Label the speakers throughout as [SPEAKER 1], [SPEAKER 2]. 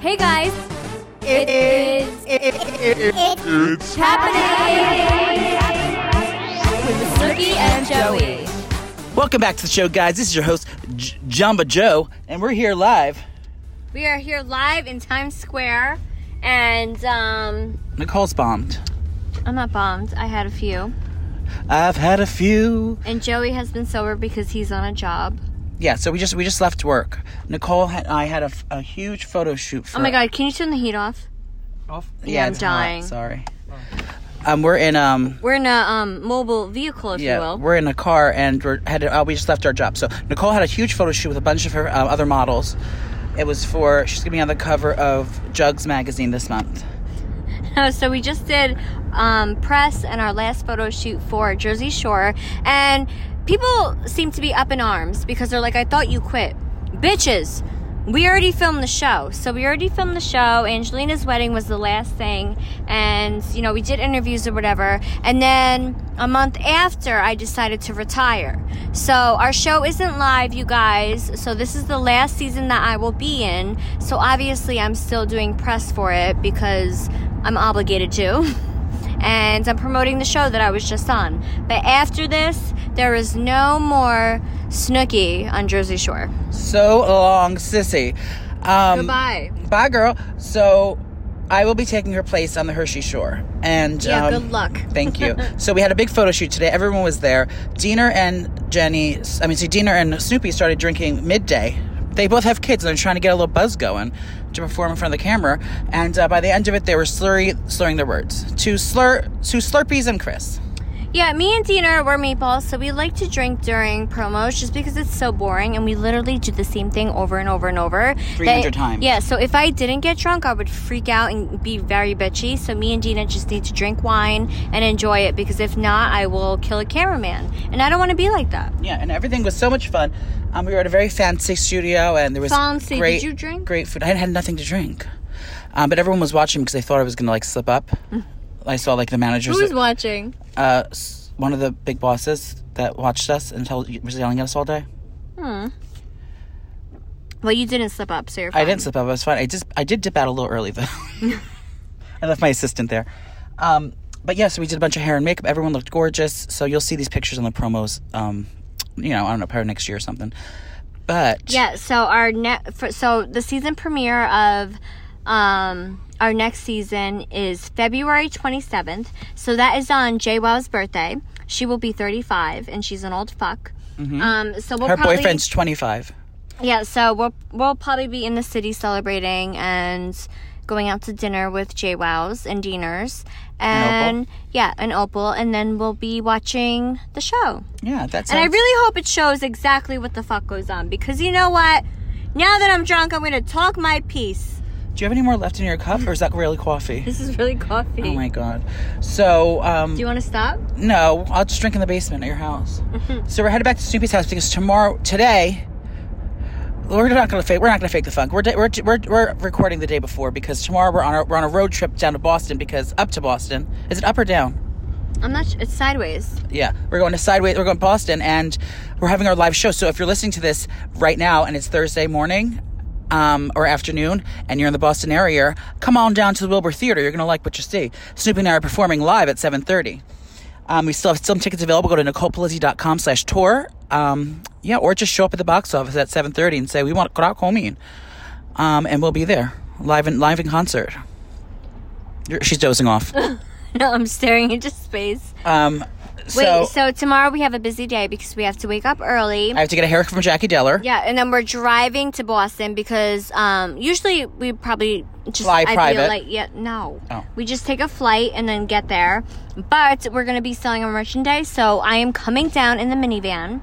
[SPEAKER 1] Hey guys,
[SPEAKER 2] It
[SPEAKER 1] is-
[SPEAKER 3] It's
[SPEAKER 1] happening with Snooki and Joey.
[SPEAKER 4] Welcome back to the show, guys. This is your host, J- Jamba Joe, and we're here live.
[SPEAKER 1] We are here live in Times Square, and um,
[SPEAKER 4] Nicole's bombed.
[SPEAKER 1] I'm not bombed. I had a few,
[SPEAKER 4] I've had a few.
[SPEAKER 1] and Joey has been sober because he's on a job.
[SPEAKER 4] Yeah, so we just we just left work. Nicole had, I had a, f- a huge photo shoot. For,
[SPEAKER 1] Oh my God! Can you turn the heat off?
[SPEAKER 4] Yeah,
[SPEAKER 1] I'm
[SPEAKER 4] it's hot,
[SPEAKER 1] dying.
[SPEAKER 4] sorry. Um, we're in um.
[SPEAKER 1] We're in a um, mobile vehicle, if you
[SPEAKER 4] Yeah,
[SPEAKER 1] will.
[SPEAKER 4] we're in a car and we're had uh, we just left our job. So Nicole had a huge photo shoot with a bunch of her um, other models. It was for she's gonna be on the cover of Jugs magazine this month.
[SPEAKER 1] so we just did um, press and our last photo shoot for Jersey Shore, and people seem to be up in arms because they're like, "I thought you quit, bitches." We already filmed the show, so we already filmed the show. Angelina's wedding was the last thing, and you know we did interviews or whatever. And then a month after, I decided to retire. So our show isn't live, you guys. So this is the last season that I will be in. So obviously, I'm still doing press for it because I'm obligated to. And I'm promoting the show that I was just on. But after this, there is no more Snooki on Jersey Shore.
[SPEAKER 4] So long, sissy. Um,
[SPEAKER 1] Goodbye.
[SPEAKER 4] Bye, girl. So I will be taking her place on the Hershey Shore. And
[SPEAKER 1] Yeah,
[SPEAKER 4] um,
[SPEAKER 1] good luck.
[SPEAKER 4] thank you. So we had a big photo shoot today. Everyone was there. Diener and Jenny, I mean, see, Diener and Snoopy started drinking midday. They both have kids and they're trying to get a little buzz going to perform in front of the camera. And uh, by the end of it, they were slurry, slurring their words. Two slur, two Slurpees and Chris.
[SPEAKER 1] Yeah, me and Dina were meatballs, so we like to drink during promos just because it's so boring and we literally do the same thing over and over and over.
[SPEAKER 4] 300
[SPEAKER 1] They-
[SPEAKER 4] times.
[SPEAKER 1] Yeah, so if I didn't get drunk, I would freak out and be very bitchy. So me and Dina just need to drink wine and enjoy it because if not, I will kill a cameraman. And I don't want to be like that.
[SPEAKER 4] Yeah, and everything was so much fun. Um, we were at a very fancy studio, and there was
[SPEAKER 1] Fancy. Did
[SPEAKER 4] Great,
[SPEAKER 1] you drink?
[SPEAKER 4] Great food. I had nothing to drink, um, but everyone was watching because they thought I was going to like slip up.
[SPEAKER 1] Mm.
[SPEAKER 4] I saw like the managers,
[SPEAKER 1] watching?
[SPEAKER 4] uh, s- one of the big bosses that watched us and told was yelling at us all day.
[SPEAKER 1] Well, you didn't slip up, so you're fine.
[SPEAKER 4] I didn't slip up. I was fine. I just I did dip out a little early though. I left my assistant there. Um, but yeah, so we did a bunch of hair and makeup. Everyone looked gorgeous. So you'll see these pictures on the promos. Um, you know, I don't know, probably next year or something. But
[SPEAKER 1] Yeah, so our net for, so the season premiere of um our next season is February 27th. So that is on Jay Wow's birthday. She will be 35 and she's an old fuck. Um so we'll
[SPEAKER 4] Mm-hmm. her
[SPEAKER 1] probably
[SPEAKER 4] boyfriend's twenty five.
[SPEAKER 1] Yeah, so we'll we'll probably be in the city celebrating and going out to dinner with Jay Wows and Diners and yeah, an Opal and then we'll be watching the show.
[SPEAKER 4] Yeah, that's
[SPEAKER 1] And I really hope it shows exactly what the fuck goes on because you know what? Now that I'm drunk, I'm gonna talk my piece.
[SPEAKER 4] Do you have any more left in your cup, or is that really coffee?
[SPEAKER 1] This is really coffee.
[SPEAKER 4] Oh my god! So, um,
[SPEAKER 1] Do you wanna stop?
[SPEAKER 4] no, I'll just drink in the basement at your house.
[SPEAKER 1] Mm-hmm.
[SPEAKER 4] so we're headed back to Snoopy's house because tomorrow, today, we're not gonna fake. We're not gonna fake the funk. We're da- we're, we're we're recording the day before because tomorrow we're on our, we're on a road trip down to Boston because up to Boston is it up or down?
[SPEAKER 1] I'm not sh- it's sideways.
[SPEAKER 4] Yeah, we're going to Sideways. We're going to Boston, and we're having our live show. So if you're listening to this right now, and it's Thursday morning um, or afternoon, and you're in the Boston area, come on down to the Wilbur Theater. You're gonna like what you see. Snoopy and I are performing live at 7:30. Um, we still have some tickets available. Go to nicolepalizzi.com slash tour. Um, yeah, or just show up at the box office at 7:30 and say we want Croc Homeen, um, and we'll be there live in live in concert. You're- She's dozing off.
[SPEAKER 1] No, I'm staring into space.
[SPEAKER 4] Um,
[SPEAKER 1] Wait,
[SPEAKER 4] so,
[SPEAKER 1] so, tomorrow we have a busy day because we have to wake up early.
[SPEAKER 4] I have to get a haircut from Jackie Deller.
[SPEAKER 1] yeah, and then we're driving to Boston because um, usually we probably just
[SPEAKER 4] Fly
[SPEAKER 1] I feel
[SPEAKER 4] private.
[SPEAKER 1] like yeah no
[SPEAKER 4] Oh.
[SPEAKER 1] we just take a flight and then get there. But we're gonna be selling our merchandise, so I am coming down in the minivan.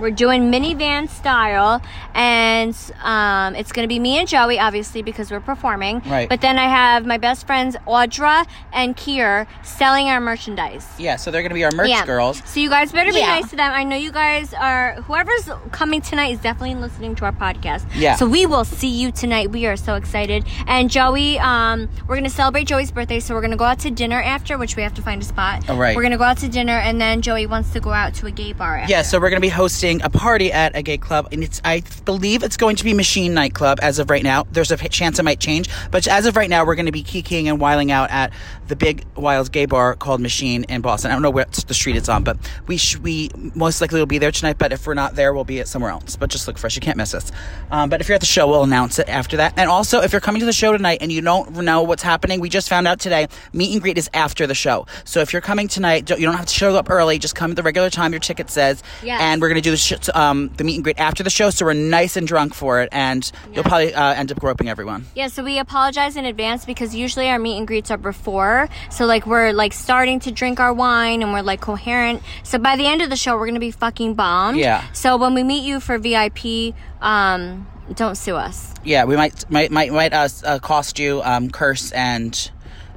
[SPEAKER 1] We're doing minivan style, and um, it's gonna be me and Joey, obviously, because we're performing.
[SPEAKER 4] Right.
[SPEAKER 1] But then I have my best friends Audra and Kier selling our merchandise.
[SPEAKER 4] Yeah, so they're gonna be our merch girls.
[SPEAKER 1] So you guys better be
[SPEAKER 2] Yeah.
[SPEAKER 1] nice to them. I know you guys are. Whoever's coming tonight is definitely listening to our podcast.
[SPEAKER 4] Yeah.
[SPEAKER 1] So we will see you tonight. We are so excited. And Joey, um, we're gonna celebrate Joey's birthday, so we're gonna go out to dinner after, which we have to find a spot.
[SPEAKER 4] Oh, right.
[SPEAKER 1] We're gonna go out to dinner, and then Joey wants to go out to a gay bar. After.
[SPEAKER 4] Yeah, so we're gonna be hosting hosting a party at a gay club, and it's I believe it's going to be Machine Nightclub as of right now. There's a p- chance it might change, but as of right now, we're going to be kikiing and whiling out at the big Wiles gay bar called Machine in Boston. I don't know what the street it's on, but we sh- we most likely will be there tonight. But if we're not there, we'll be at somewhere else. But just look for us; you can't miss us. Um, but if you're at the show, we'll announce it after that. And also, if you're coming to the show tonight and you don't know what's happening, we just found out today. Meet and greet is after the show, so if you're coming tonight, don't, you don't have to show up early. Just come at the regular time your ticket says,
[SPEAKER 1] Yes.
[SPEAKER 4] and we're gonna do the sh- um, the meet and greet after the show, so we're nice and drunk for it, and you'll probably uh, end up groping everyone.
[SPEAKER 1] Yeah, so we apologize in advance because usually our meet and greets are before. So like we're like starting to drink our wine and we're like coherent. So by the end of the show we're gonna be fucking bombed.
[SPEAKER 4] Yeah.
[SPEAKER 1] So when we meet you for VIP, um, don't sue us.
[SPEAKER 4] Yeah, we might might might might uh, uh, cost you um, curse and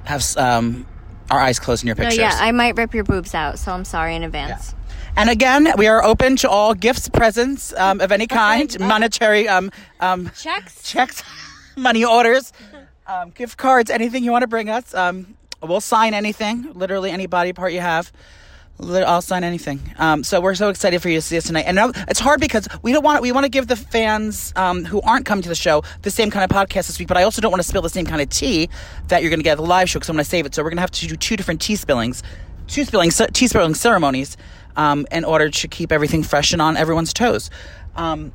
[SPEAKER 4] have s- um, our eyes closed in your
[SPEAKER 1] No,
[SPEAKER 4] pictures.
[SPEAKER 1] yeah, I might rip your boobs out, so I'm sorry in advance.
[SPEAKER 4] and again, we are open to all gifts, presents um, of any kind, monetary um, um,
[SPEAKER 1] Checks.
[SPEAKER 4] checks, money orders, um, gift cards, anything you want to bring us. Um, we'll sign anything, literally any body part you have. Lit- I'll sign anything. Um, so we're so excited for you to see us tonight, and now, it's hard because we don't want we want to give the fans um, who aren't coming to the show the same kind of podcast this week, but I also don't want to spill the same kind of tea that you're going to get at the live show because I'm going to save it. So we're going to have to do two different tea spillings, two spilling ce- tea spilling ceremonies, um, in order to keep everything fresh and on everyone's toes. Um,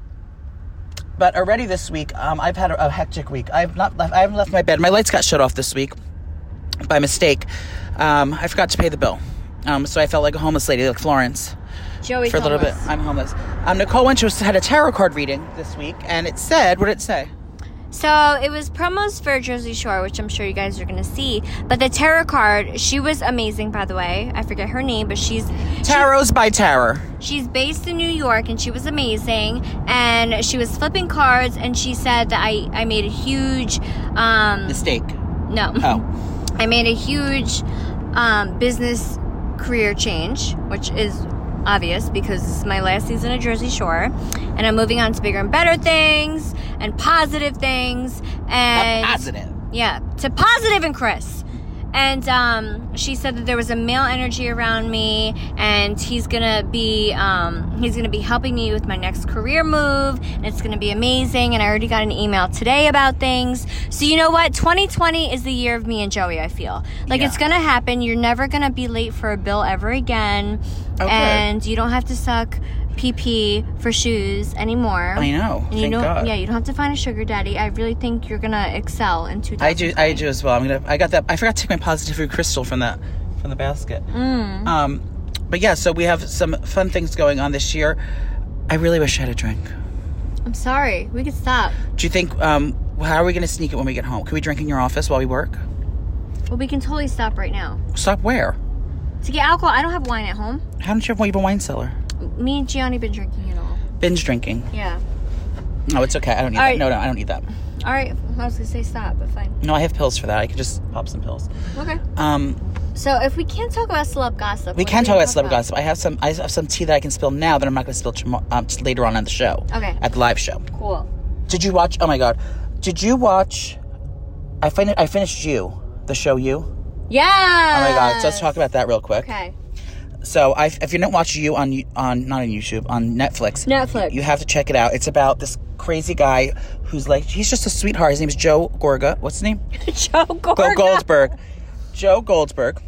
[SPEAKER 4] but already this week, um, I've had a, a hectic week. I've not left. I haven't left my bed. My lights got shut off this week by mistake. Um, I forgot to pay the bill, um, so I felt like a homeless lady, like Florence,
[SPEAKER 1] Joey
[SPEAKER 4] for a little bit. I'm homeless. Um, Nicole went to had a tarot card reading this week, and it said, "What did it say?"
[SPEAKER 1] So it was promos for Jersey Shore, which I'm sure you guys are gonna see. But the tarot card, she was amazing, by the way. I forget her name, but she's
[SPEAKER 4] Tarots by Terror.
[SPEAKER 1] She's based in New York and she was amazing. And she was flipping cards and she said that I, I made a huge, um,
[SPEAKER 4] Mistake.
[SPEAKER 1] no,
[SPEAKER 4] Oh,
[SPEAKER 1] I made a huge um, business career change, which is obvious because this is my last season of Jersey Shore. And I'm moving on to bigger and better things and positive things. And
[SPEAKER 4] positive.
[SPEAKER 1] yeah, to Positive and Chris. And um, she said that there was a male energy around me, and he's gonna be um, he's gonna be helping me with my next career move, and it's gonna be amazing. And I already got an email today about things. So you know what? 2020 is the year of me and Joey. I feel like it's
[SPEAKER 4] Yeah.
[SPEAKER 1] gonna happen. You're never gonna be late for a bill ever again,
[SPEAKER 4] Okay.
[SPEAKER 1] and you don't have to suck PP for shoes anymore.
[SPEAKER 4] I know.
[SPEAKER 1] And you
[SPEAKER 4] Thank
[SPEAKER 1] don't,
[SPEAKER 4] God.
[SPEAKER 1] yeah, you don't have to find a sugar daddy. I really think you're gonna excel in two.
[SPEAKER 4] I do. I do as well. I'm gonna. I got that. I forgot to take my positivity crystal from that from the basket.
[SPEAKER 1] Mm,
[SPEAKER 4] Um, but yeah. So we have some fun things going on this year. I really wish I had a drink.
[SPEAKER 1] I'm sorry. We could stop.
[SPEAKER 4] Do you think? Um, how are we gonna sneak it when we get home? Can we drink in your office while we work?
[SPEAKER 1] Well, we can totally stop right now.
[SPEAKER 4] Stop where?
[SPEAKER 1] To get alcohol, I don't have wine at home.
[SPEAKER 4] How don't you have a wine cellar?
[SPEAKER 1] Me and Gianni been drinking it all.
[SPEAKER 4] Binge drinking.
[SPEAKER 1] Yeah.
[SPEAKER 4] No, it's okay. I don't need
[SPEAKER 1] All
[SPEAKER 4] that.
[SPEAKER 1] right.
[SPEAKER 4] No, no, I don't need that.
[SPEAKER 1] All right. I was gonna say stop, but fine.
[SPEAKER 4] No, I have pills for that. I could just pop some pills.
[SPEAKER 1] Okay.
[SPEAKER 4] Um,
[SPEAKER 1] So if we can't talk about celeb gossip,
[SPEAKER 4] we
[SPEAKER 1] what
[SPEAKER 4] can
[SPEAKER 1] do
[SPEAKER 4] talk
[SPEAKER 1] we
[SPEAKER 4] about celebrity gossip. I have some. I have some tea that I can spill now that I'm not gonna spill tomorrow, um, later on on the show.
[SPEAKER 1] Okay.
[SPEAKER 4] At the live show.
[SPEAKER 1] Cool.
[SPEAKER 4] Did you watch? Oh my god! Did you watch? I fin- I finished you, the show you.
[SPEAKER 1] Yeah.
[SPEAKER 4] Oh my god! So let's talk about that real quick.
[SPEAKER 1] Uh, Okay.
[SPEAKER 4] So I, if you didn't watch you on you- on not on YouTube on Netflix,
[SPEAKER 1] Netflix.
[SPEAKER 4] you have to check it out. It's about this crazy guy who's like he's just a sweetheart. His name is Joe Gorga. What's his name?
[SPEAKER 1] Joe
[SPEAKER 4] Go
[SPEAKER 1] Gorga.
[SPEAKER 4] Goldberg. Joe Goldberg.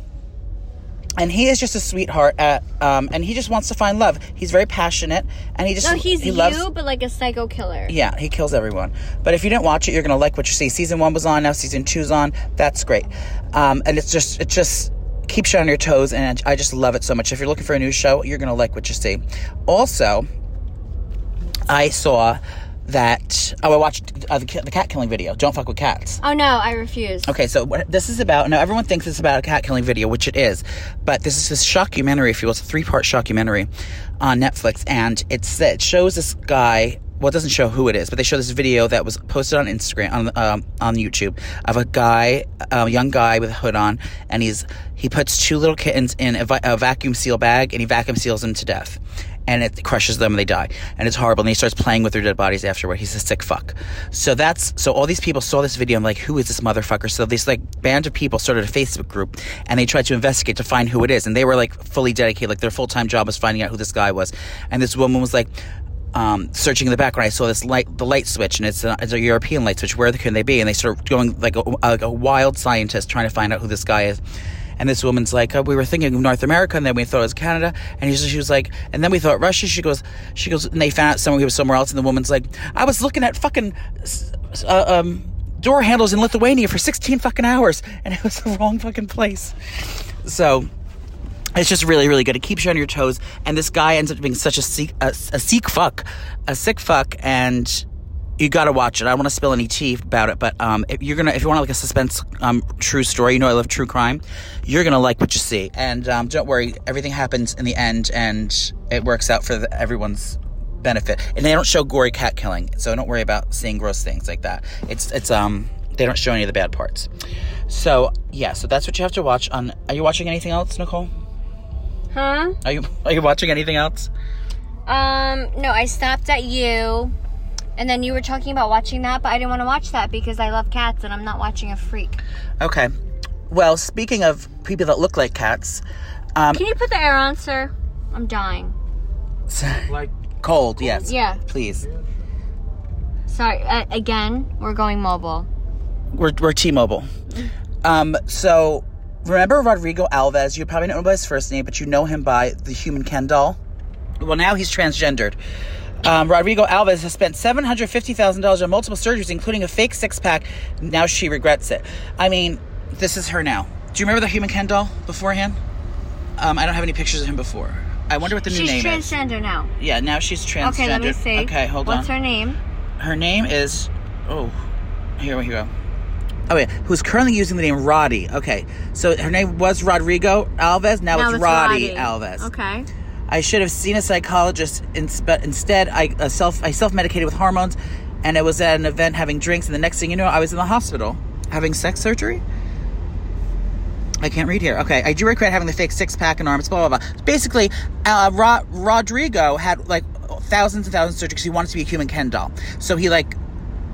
[SPEAKER 4] And he is just a sweetheart at, um, and he just wants to find love. He's very passionate, and he just
[SPEAKER 1] No, he's
[SPEAKER 4] he
[SPEAKER 1] you,
[SPEAKER 4] loves,
[SPEAKER 1] but like a psycho killer.
[SPEAKER 4] yeah, he kills everyone. But if you didn't watch it, you're gonna like what you see. Season one was on, now season two's on. That's great, um, and it's just it just keeps you on your toes, and I just love it so much. If you're looking for a new show, you're gonna like what you see. Also, I saw that oh, I watched uh, the, ki- the cat killing video. Don't fuck with cats.
[SPEAKER 1] Oh no, I refuse.
[SPEAKER 4] Okay, so what this is about now. Everyone thinks it's about a cat killing video, which it is, but this is this shockumentary, if you will. It's a three part shockumentary on Netflix, and it's it shows this guy. Well, it doesn't show who it is, but they show this video that was posted on Instagram on um, on YouTube of a guy, a young guy with a hood on, and he's he puts two little kittens in a, vi- a vacuum seal bag, and he vacuum seals them to death. and it crushes them and they die. And it's horrible. And he starts playing with their dead bodies afterward. He's a sick fuck. So that's so all these people saw this video and like, who is this motherfucker? So this like band of people started a Facebook group and they tried to investigate to find who it is. And they were like fully dedicated, like their full time job was finding out who this guy was. And this woman was like um, searching in the background, I saw this light, the light switch, and it's, an, it's a European light switch. Where can they be? And they start going like a, like a wild scientist trying to find out who this guy is. And this woman's like, oh, we were thinking of North America, and then we thought it was Canada. And she, she was like, and then we thought Russia. She goes, she goes, and they found out someone who was somewhere else. And the woman's like, I was looking at fucking uh, um, door handles in Lithuania for 16 fucking hours, and it was the wrong fucking place. So it's just really, really good. It keeps you on your toes. And this guy ends up being such a sick, a, a sick fuck, a sick fuck, and you got to watch it. I don't want to spill any tea about it, but um, if you're gonna, if you want like a suspense, um, true story, you know I love true crime. You're gonna like what you see, and um, don't worry, everything happens in the end, and it works out for the, everyone's benefit. And they don't show gory cat killing, so don't worry about seeing gross things like that. It's it's um. They don't show any of the bad parts. So, yeah, so that's what you have to watch on. Are you watching anything else, Nicole?
[SPEAKER 1] Huh?
[SPEAKER 4] Are you are you watching anything else?
[SPEAKER 1] Um, no, I stopped at you. And then you were talking about watching that, but I didn't want to watch that because I love cats and I'm not watching a freak.
[SPEAKER 4] Okay. Well, speaking of people that look like cats, um,
[SPEAKER 1] Can you put the air on, sir? I'm dying.
[SPEAKER 2] Like,
[SPEAKER 4] cold, yes.
[SPEAKER 1] Yeah.
[SPEAKER 4] Please.
[SPEAKER 1] Sorry. Uh, again, we're going mobile.
[SPEAKER 4] We're, we're T-Mobile. Um, so remember Rodrigo Alves? You probably don't know by his first name, but you know him by the human Ken doll. Well, now he's transgendered. Um, Rodrigo Alves has spent seven hundred fifty thousand dollars on multiple surgeries, including a fake six pack. Now she regrets it. I mean, this is her now. Do you remember the human Ken doll beforehand? Um, I don't have any pictures of him before. I wonder what the new
[SPEAKER 1] She's
[SPEAKER 4] name is.
[SPEAKER 1] transgender now.
[SPEAKER 4] Yeah, now she's transgendered.
[SPEAKER 1] Okay, let me see.
[SPEAKER 4] Okay, hold
[SPEAKER 1] What's
[SPEAKER 4] on.
[SPEAKER 1] her name?
[SPEAKER 4] Her name is. Oh, here we go. Oh, yeah, who's currently using the name Roddy. Okay, so her name was Rodrigo Alves. Now, it's, Roddy, Alves.
[SPEAKER 1] Okay.
[SPEAKER 4] I should have seen a psychologist, in, but instead I uh, self I self medicated with hormones, and I was at an event having drinks, and the next thing you know, I was in the hospital having sex surgery. I can't read here. Okay, I do regret having the fake six pack and arms. Blah blah blah. Basically, uh, Ro- Rodrigo had like thousands and thousands of surgeries. He wanted to be a human Ken doll, so he like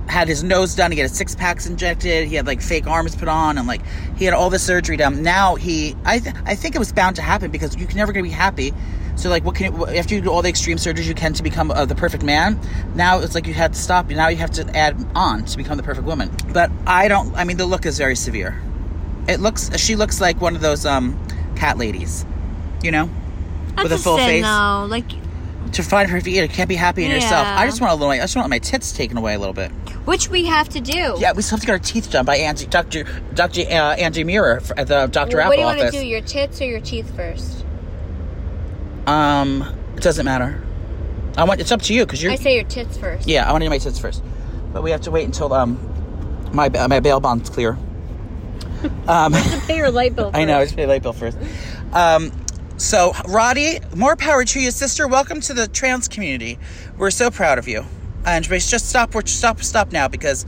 [SPEAKER 4] had his nose done. He had his six packs injected. He had like fake arms put on, and like he had all the surgery done. Now he, I, th- I think it was bound to happen because you're never gonna be happy. So like, what can you, after you do all the extreme surgeries you can to become uh, the perfect man? Now it's like you had to stop. Now you have to add on to become the perfect woman. But I don't. I mean, the look is very severe. It looks. She looks like one of those um cat ladies, you know,
[SPEAKER 1] That's
[SPEAKER 4] with a full
[SPEAKER 1] sin,
[SPEAKER 4] face
[SPEAKER 1] though. Like,
[SPEAKER 4] to find her feet. It can't be happy in herself.
[SPEAKER 1] Yeah.
[SPEAKER 4] I just want a little. I just want my tits taken away a little bit.
[SPEAKER 1] which we have to do.
[SPEAKER 4] Yeah, we still have to get our teeth done by Angie, Doctor, Doctor uh, Angie Mirror f- at the Doctor
[SPEAKER 1] What
[SPEAKER 4] Apple
[SPEAKER 1] do you
[SPEAKER 4] office.
[SPEAKER 1] want to do? Your tits or your teeth first?
[SPEAKER 4] Um, it doesn't matter. I want it's up to you because you're.
[SPEAKER 1] I say your tits first.
[SPEAKER 4] yeah, I want to do my tits first, but we have to wait until um my ba- my bail bond's clear. Um,
[SPEAKER 1] Pay your light bill.
[SPEAKER 4] I know it's pay late bill first. Um, so Roddy, more power to you, sister. Welcome to the trans community. We're so proud of you. And we- just stop, we're- stop, stop now because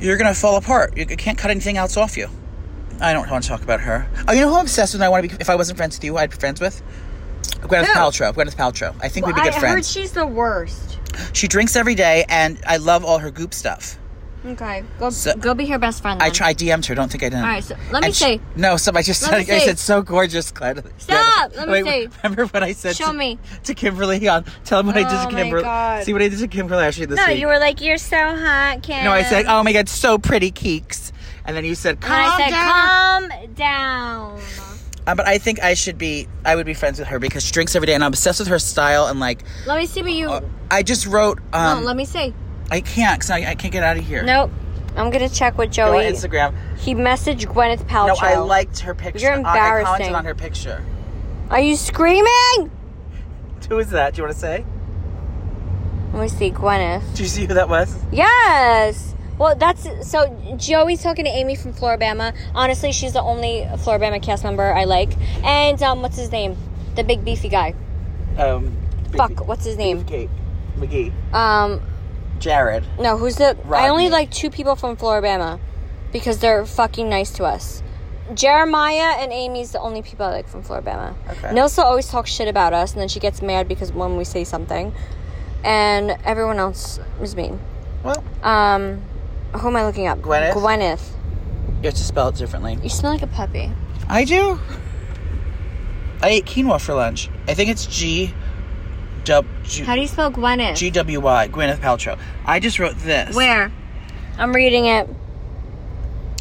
[SPEAKER 4] you're gonna fall apart. You can't cut anything else off you. I don't want to talk about her. Oh, you know who I'm obsessed with? and I want to be. If I wasn't friends with you, I'd be friends with Gwyneth
[SPEAKER 1] Who?
[SPEAKER 4] Paltrow. Gwyneth Paltrow. I think
[SPEAKER 1] Well,
[SPEAKER 4] we'd be
[SPEAKER 1] I
[SPEAKER 4] good
[SPEAKER 1] heard
[SPEAKER 4] friends.
[SPEAKER 1] she's the worst.
[SPEAKER 4] She drinks every day, and I love all her goop stuff.
[SPEAKER 1] Okay, go
[SPEAKER 4] So-
[SPEAKER 1] go be her best friend.
[SPEAKER 4] I
[SPEAKER 1] then.
[SPEAKER 4] tried DM'd her. Don't think I didn't.
[SPEAKER 1] All right, so let me
[SPEAKER 4] And sh-
[SPEAKER 1] say.
[SPEAKER 4] no, so I just
[SPEAKER 1] Let
[SPEAKER 4] said,
[SPEAKER 1] me
[SPEAKER 4] I
[SPEAKER 1] see.
[SPEAKER 4] said so gorgeous, Glenn.
[SPEAKER 1] Stop! Let me see.
[SPEAKER 4] Remember what I said?
[SPEAKER 1] Show
[SPEAKER 4] to,
[SPEAKER 1] me.
[SPEAKER 4] to Kimberly. On tell him what I did
[SPEAKER 1] Oh,
[SPEAKER 4] to
[SPEAKER 1] my
[SPEAKER 4] Kimberly.
[SPEAKER 1] God.
[SPEAKER 4] See what I did to Kimberly actually this
[SPEAKER 1] no,
[SPEAKER 4] week.
[SPEAKER 1] you were like, you're so hot, Kim.
[SPEAKER 4] no, I said, oh my god, so pretty, Keeks. And then you said,
[SPEAKER 1] And I
[SPEAKER 4] calm
[SPEAKER 1] said,
[SPEAKER 4] down.
[SPEAKER 1] calm down.
[SPEAKER 4] Uh, but I think I should be. I would be friends with her because she drinks every day, and I'm obsessed with her style. And like,
[SPEAKER 1] Let me see what you.
[SPEAKER 4] uh, I just wrote.
[SPEAKER 1] no,
[SPEAKER 4] Um,
[SPEAKER 1] let me see.
[SPEAKER 4] I can't because I, I can't get out of here.
[SPEAKER 1] Nope. I'm gonna check with
[SPEAKER 4] Go on
[SPEAKER 1] Joey.
[SPEAKER 4] Instagram.
[SPEAKER 1] He messaged Gwyneth Paltrow.
[SPEAKER 4] No, I liked her picture.
[SPEAKER 1] You're
[SPEAKER 4] I, I commented
[SPEAKER 1] embarrassing.
[SPEAKER 4] on her picture.
[SPEAKER 1] Are you screaming?
[SPEAKER 4] Who is that? Do you want to say?
[SPEAKER 1] Let me see, Gwyneth.
[SPEAKER 4] Do you see who that was?
[SPEAKER 1] Yes. Well, that's so. Joey's talking to Amy from Floribama. Honestly, she's the only Floribama cast member I like. And um, what's his name? The big beefy guy.
[SPEAKER 4] Um,
[SPEAKER 1] Fuck. What's his name?
[SPEAKER 4] Beefcake McGee.
[SPEAKER 1] Um,
[SPEAKER 4] Jared.
[SPEAKER 1] No, who's the? I only
[SPEAKER 4] Rodney.
[SPEAKER 1] like two people from Floribama because they're fucking nice to us. Jeremiah and Amy's the only people I like from Floribama.
[SPEAKER 4] Okay.
[SPEAKER 1] Nilsa always talks shit about us, and then she gets mad because when we say something, and everyone else is mean.
[SPEAKER 4] Well,
[SPEAKER 1] Um, who am I looking up?
[SPEAKER 4] Gwyneth?
[SPEAKER 1] Gwyneth.
[SPEAKER 4] you have to spell it differently.
[SPEAKER 1] You smell like a puppy.
[SPEAKER 4] I do. I ate quinoa for lunch. I think it's G W
[SPEAKER 1] How do you spell Gwyneth?
[SPEAKER 4] G W Y Gwyneth Paltrow. I just wrote this.
[SPEAKER 1] Where? I'm reading it.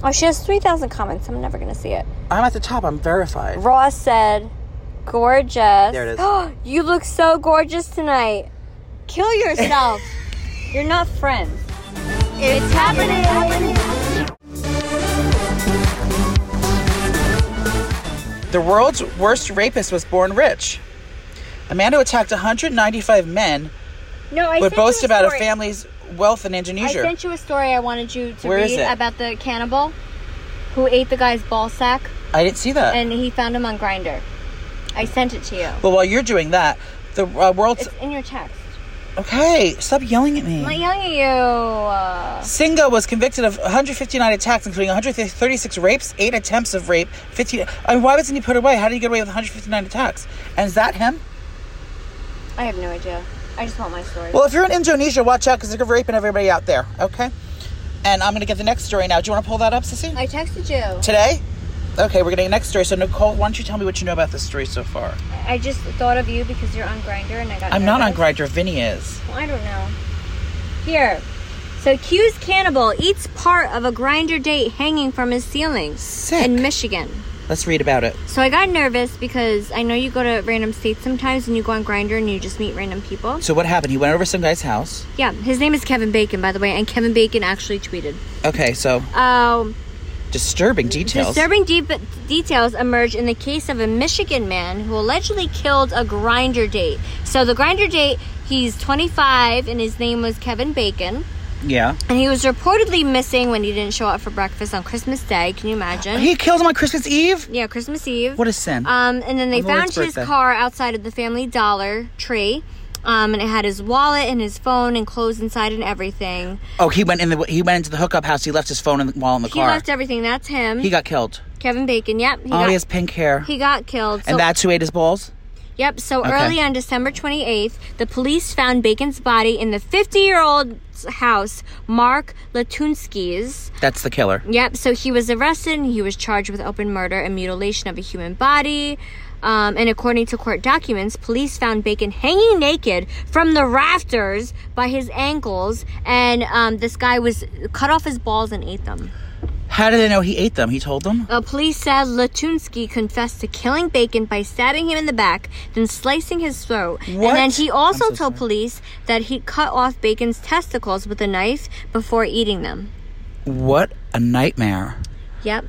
[SPEAKER 1] Oh, she has 3,000 comments. I'm never going to see it.
[SPEAKER 4] I'm at the top. I'm verified.
[SPEAKER 1] Ross said, gorgeous.
[SPEAKER 4] There it
[SPEAKER 1] is. you look so gorgeous tonight. Kill yourself. You're not friends. It's happening.
[SPEAKER 4] The world's worst rapist was born rich. A man who attacked 195 men
[SPEAKER 1] No, I
[SPEAKER 4] would
[SPEAKER 1] sent
[SPEAKER 4] boast
[SPEAKER 1] you a
[SPEAKER 4] about a
[SPEAKER 1] story.
[SPEAKER 4] family's wealth in
[SPEAKER 1] I
[SPEAKER 4] Indonesia.
[SPEAKER 1] sent you a story I wanted you to
[SPEAKER 4] Where is
[SPEAKER 1] read
[SPEAKER 4] it?
[SPEAKER 1] about the cannibal who ate the guy's ball sack
[SPEAKER 4] I didn't see that.
[SPEAKER 1] and he found him on Grinder. I sent it to you.
[SPEAKER 4] But while you're doing that, the uh, world's
[SPEAKER 1] It's in your text.
[SPEAKER 4] okay. Stop yelling at me.
[SPEAKER 1] I'm not yelling at you. Uh,
[SPEAKER 4] Singa was convicted of 159 attacks, including 136 rapes, eight attempts of rape, 15. I mean, why wasn't he put away? How did he get away with 159 attacks? And is that him?
[SPEAKER 1] I have no idea. I just want my story.
[SPEAKER 4] Well, if you're in Indonesia, watch out because they're raping everybody out there. Okay. And I'm gonna get the next story now. Do you want to pull that up, Sissy?
[SPEAKER 1] I texted you.
[SPEAKER 4] Today. Okay, we're getting the next story. So Nicole, why don't you tell me what you know about this story so far?
[SPEAKER 1] I just thought of you because you're on Grinder and I got.
[SPEAKER 4] I'm not on
[SPEAKER 1] nervous.
[SPEAKER 4] Grinder. Vinny is.
[SPEAKER 1] I don't know. Here. So Q's cannibal eats part of a grinder date hanging from his ceiling
[SPEAKER 4] Sick.
[SPEAKER 1] in Michigan.
[SPEAKER 4] Let's read about it.
[SPEAKER 1] So I got nervous because I know you go to random states sometimes and you go on Grinder and you just meet random people.
[SPEAKER 4] So what happened? He went over to some guy's house.
[SPEAKER 1] Yeah, his name is Kevin Bacon, by the way, and Kevin Bacon actually tweeted.
[SPEAKER 4] Okay, so
[SPEAKER 1] Um,
[SPEAKER 4] disturbing details.
[SPEAKER 1] Disturbing deep details emerge in the case of a Michigan man who allegedly killed a grinder date. So the grinder date, he's 25 and his name was Kevin Bacon.
[SPEAKER 4] Yeah.
[SPEAKER 1] And he was reportedly missing when he didn't show up for breakfast on Christmas Day. Can you imagine?
[SPEAKER 4] He killed him on Christmas Eve.
[SPEAKER 1] yeah, Christmas Eve.
[SPEAKER 4] What a sin.
[SPEAKER 1] Um, and then they
[SPEAKER 4] On the Lord's
[SPEAKER 1] found his
[SPEAKER 4] birthday.
[SPEAKER 1] car outside of the Family Dollar tree. Um, and it had his wallet and his phone and clothes inside and everything.
[SPEAKER 4] Oh, he went in the he went into the hookup house. He left his phone in the, while in the
[SPEAKER 1] He
[SPEAKER 4] car.
[SPEAKER 1] left everything. That's him.
[SPEAKER 4] he got killed.
[SPEAKER 1] Kevin Bacon. Yep. He
[SPEAKER 4] oh,
[SPEAKER 1] got,
[SPEAKER 4] he has pink hair,
[SPEAKER 1] he got killed. So
[SPEAKER 4] and that's who ate his balls.
[SPEAKER 1] Yep, so
[SPEAKER 4] Okay.
[SPEAKER 1] early on December 28th, the police found Bacon's body in the 50 year old's house, Mark Latunsky's.
[SPEAKER 4] That's the killer.
[SPEAKER 1] Yep, so he was arrested and he was charged with open murder and mutilation of a human body. Um, and according to court documents, police found Bacon hanging naked from the rafters by his ankles, and um, this guy was cut off his balls and ate them.
[SPEAKER 4] How did they know he ate them? He told them.
[SPEAKER 1] Uh, police said Latunsky confessed to killing Bacon by stabbing him in the back, then slicing his throat.
[SPEAKER 4] What?
[SPEAKER 1] And then he also
[SPEAKER 4] I'm so
[SPEAKER 1] told police that he cut off Bacon's testicles with a knife before eating them.
[SPEAKER 4] What a nightmare.
[SPEAKER 1] Yep.